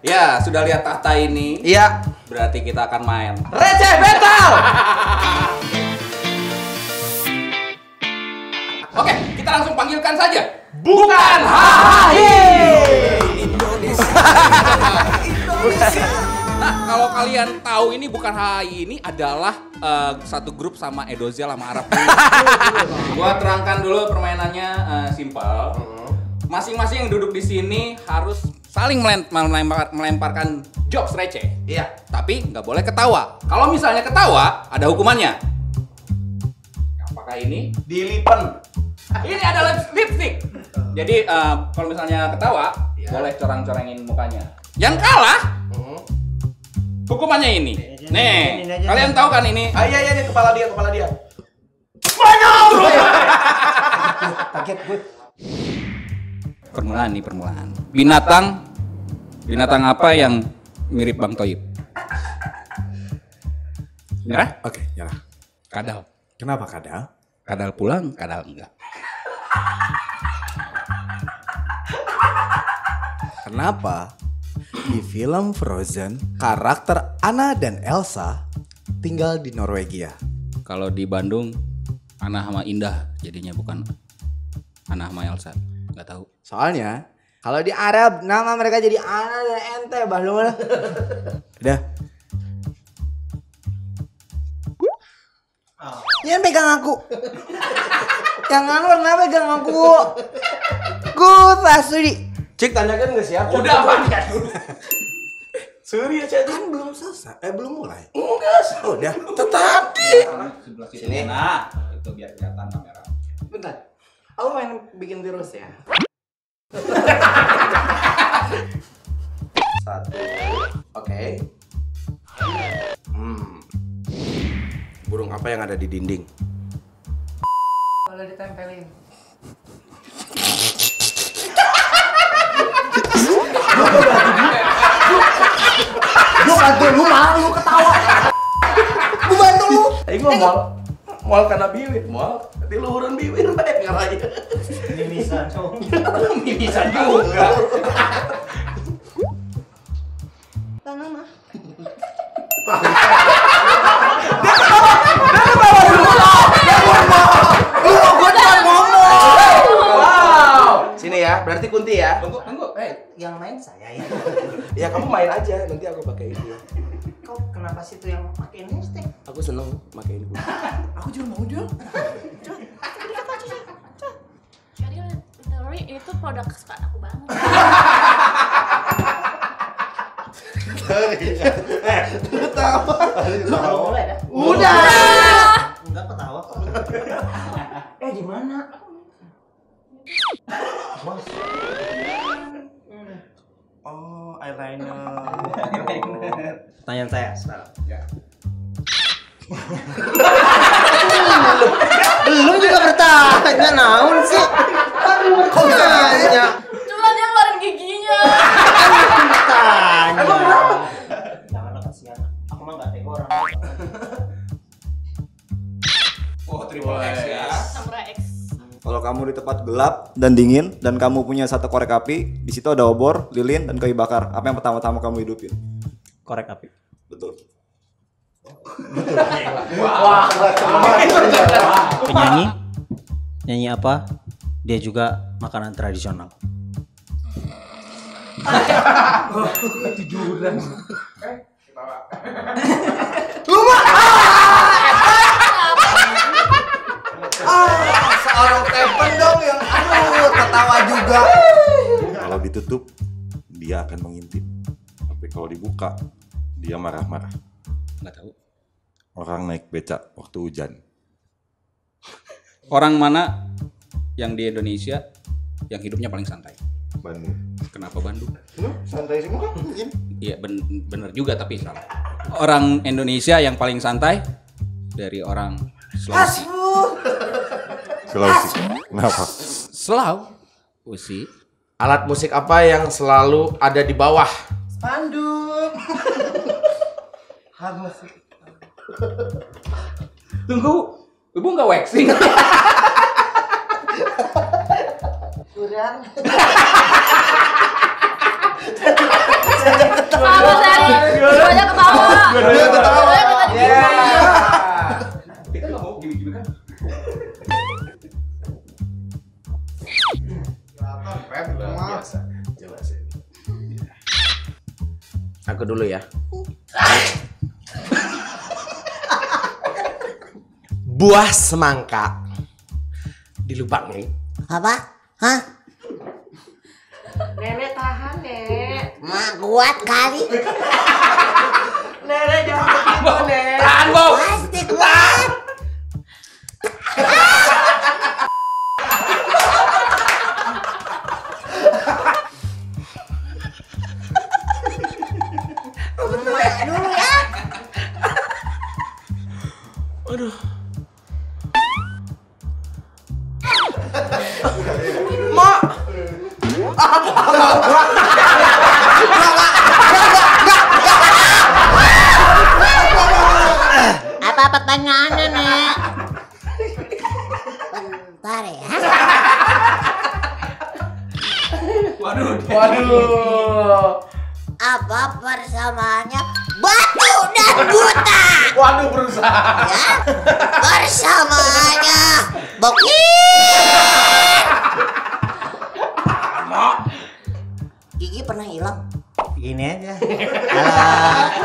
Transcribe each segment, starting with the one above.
Ya, sudah lihat tahta ini, Iya. berarti kita akan main. Receh battle. Oke, kita langsung panggilkan saja. Bukan Ah, iya, hahi. Nah, kalau kalian tahu ini bukan HI ini adalah eh, satu grup sama Edozel sama Arab. Gua terangkan dulu permainannya eh, simpel. Masing-masing yang duduk di sini harus saling melen- melempar- melemparkan jokes receh. Iya. Tapi nggak boleh ketawa. Kalau misalnya ketawa, ada hukumannya. Apakah ini? Dilipen. Ini ada lips- lipstick. Jadi eh, kalau misalnya ketawa, Iya. boleh corang-corangin mukanya. Yang kalah, hukumannya ini. Ini, ini, Nih, ini aja. kalian tahu kan ini? Ah iya iya ini kepala dia kepala dia. Kaget gue. Permulaan nih permulaan. Binatang, binatang apa yang mirip Bang Toyib? Nyerah? Oke, nyerah. Ya? Kadal. Kenapa kadal? Kadal pulang, kadal enggak. Kenapa di film Frozen karakter Anna dan Elsa tinggal di Norwegia? Kalau di Bandung, Ana sama Indah jadinya bukan Ana sama Elsa. Nggak tahu. Soalnya Kalau di Arab nama mereka jadi Ana dan Ente bah lu mana? udah Yang pegang aku. Yang anu kenapa pegang aku? Gue Suri. Cik tanyakan nggak siap? Udah, Pak. ya, Suri aja kan belum selesai, eh belum mulai. Enggak, Oh, udah. Tetapi sebelah sini. Nah, itu biar kelihatan kamera. Bentar. Aku main bikin terus ya. satu, oke. Hmm. Burung apa yang ada di dinding? Kalau ditempelin. Lu bantu lu malu ketawa. Lu bantu lu. Tadi gua mau mau karena bibir, mau. Nanti luhuran bibir baik ngarai. Mimisan. Bisa juga. Tangan mah. Gua cuma ngomong. Wow. Sini ya, berarti kunti ya. Tunggu, tunggu. Eh, Yang main saya ya. Ya kamu main aja, nanti aku pakai ini. Kau kenapa sih tuh yang pakai lipstick? Aku seneng pakai ini. Aku juga mau dong. Jadi literally itu produk kesukaan aku banget. Boleh dah. Udah. Enggak ketawa kok. eh gimana? Bos. Oh, eyeliner. Pertanyaan saya sekarang. Belum juga bertanya naon sih? Kok bertanya? Cuma dia ngeluarin giginya. Bertanya. Emang kenapa? Jangan lah, kasihan. Aku mah gak tega orang. oh triple X ya. Samurai X. Kalau kamu di tempat gelap dan dingin dan kamu punya satu korek api, di situ ada obor, lilin dan kayu bakar. Apa yang pertama-tama kamu hidupin? Korek api. Betul. penyanyi nyanyi apa dia juga makanan tradisional Seorang tepen dong yang aduh ketawa juga. Kalau ditutup, dia akan mengintip. Tapi kalau dibuka, dia marah-marah. Nggak tahu. Orang naik becak waktu hujan. Orang mana yang di Indonesia yang hidupnya paling santai? Bandung. Kenapa Bandung? Santai semua kan mungkin. Iya, ben bener juga tapi salah. Orang Indonesia yang paling santai dari orang Sulawesi. Sulawesi. Kenapa? Sulawesi. Alat musik apa yang selalu ada di bawah? Spanduk. Tunggu, ibu nggak waxing? Kurang. dua-duanya ketawa. Soalnya bukan di rumah. Kita nggak mau gimmick-gimmick kan? biasa. Jelas ini. Aku dulu ya. Buah semangka dilubangin. Apa? Hah? Nenek tahan, Nek. Mak kuat kali. Nenek jangan begitu, Nek. Tahan, Bob! Pasti kuat. Mak dulu ya. Apa pertanyaannya, Nek? Bentar ya. Waduh. Apa persamaannya batu dan buta? Waduh berusaha. Ya? Persamaannya bokir. Gigi pernah hilang. Gini aja.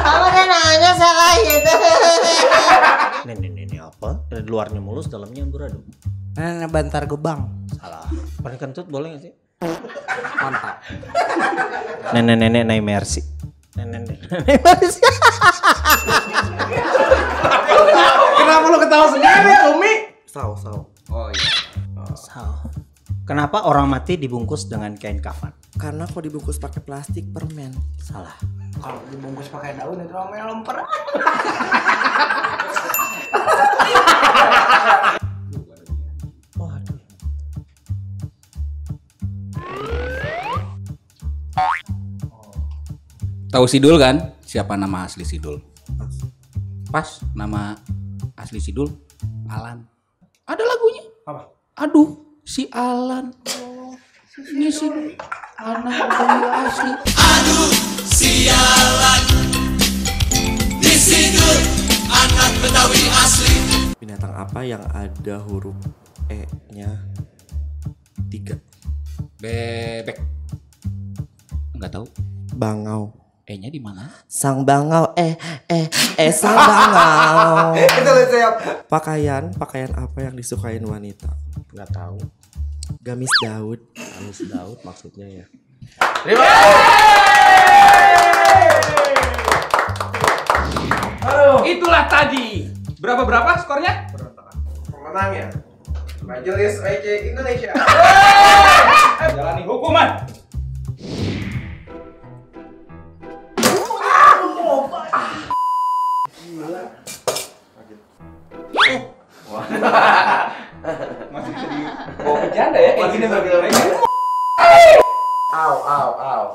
Kamu kan nanya salah gitu. Nih, nih, nih, nih, apa? Dari luarnya mulus, dalamnya amburadul. Nah, bantar gebang. Salah. Pakai kentut boleh gak sih? Mantap. Nenek-nenek naik mercy. Nenek-nenek naik mercy. Kenapa lu ketawa sendiri, Umi? Saw, saw. Oh iya. Saw. Kenapa orang mati dibungkus dengan kain kafan? Karena kalau dibungkus pakai plastik permen. Salah. Kalau dibungkus pakai daun itu namanya lemper. Waduh. Tahu Sidul kan? Siapa nama asli Sidul? Pas nama asli Sidul Alan. Ada lagunya. Apa? Aduh, si Alan. Ini si anak dari asli. Binatang apa yang ada huruf E-nya tiga? Bebek. Enggak tahu. Bangau. E-nya di mana? Sang bangau eh eh eh sang bangau. Itu lucu ya. Pakaian, pakaian apa yang disukain wanita? Nggak tahu. Gamis Daud. Gamis Daud maksudnya ya. Itulah tadi. Berapa berapa skornya? Pemenang ya. Majelis WC Indonesia. Jalani hukuman. Masih jadi bawa bercanda ya kayak gini bercanda. Au, au, au.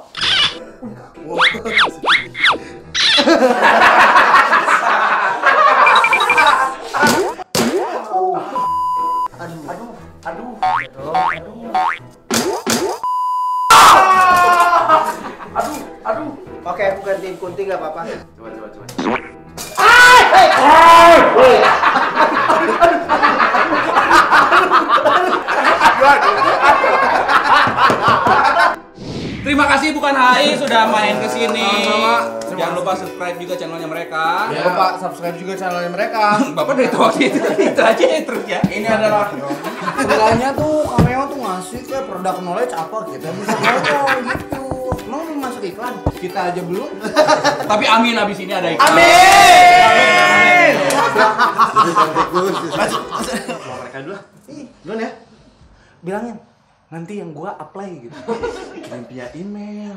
Oke, aku gantiin kunti gak apa-apa. Terima kasih bukan Hai sudah main ke sini. Jangan lupa subscribe juga channelnya mereka. Jangan lupa subscribe juga channelnya mereka. Bapak dari tadi itu itu aja ya terus ya. Ini adalah Sebenarnya Ya tuh cameo tuh ngasih kayak produk knowledge apa gitu. Bisa ngomong gitu. Mau masuk iklan? Kita aja belum. Tapi amin abis ini ada iklan. Amin. Bilangin. Nanti yang gua apply gitu. Kirim via email.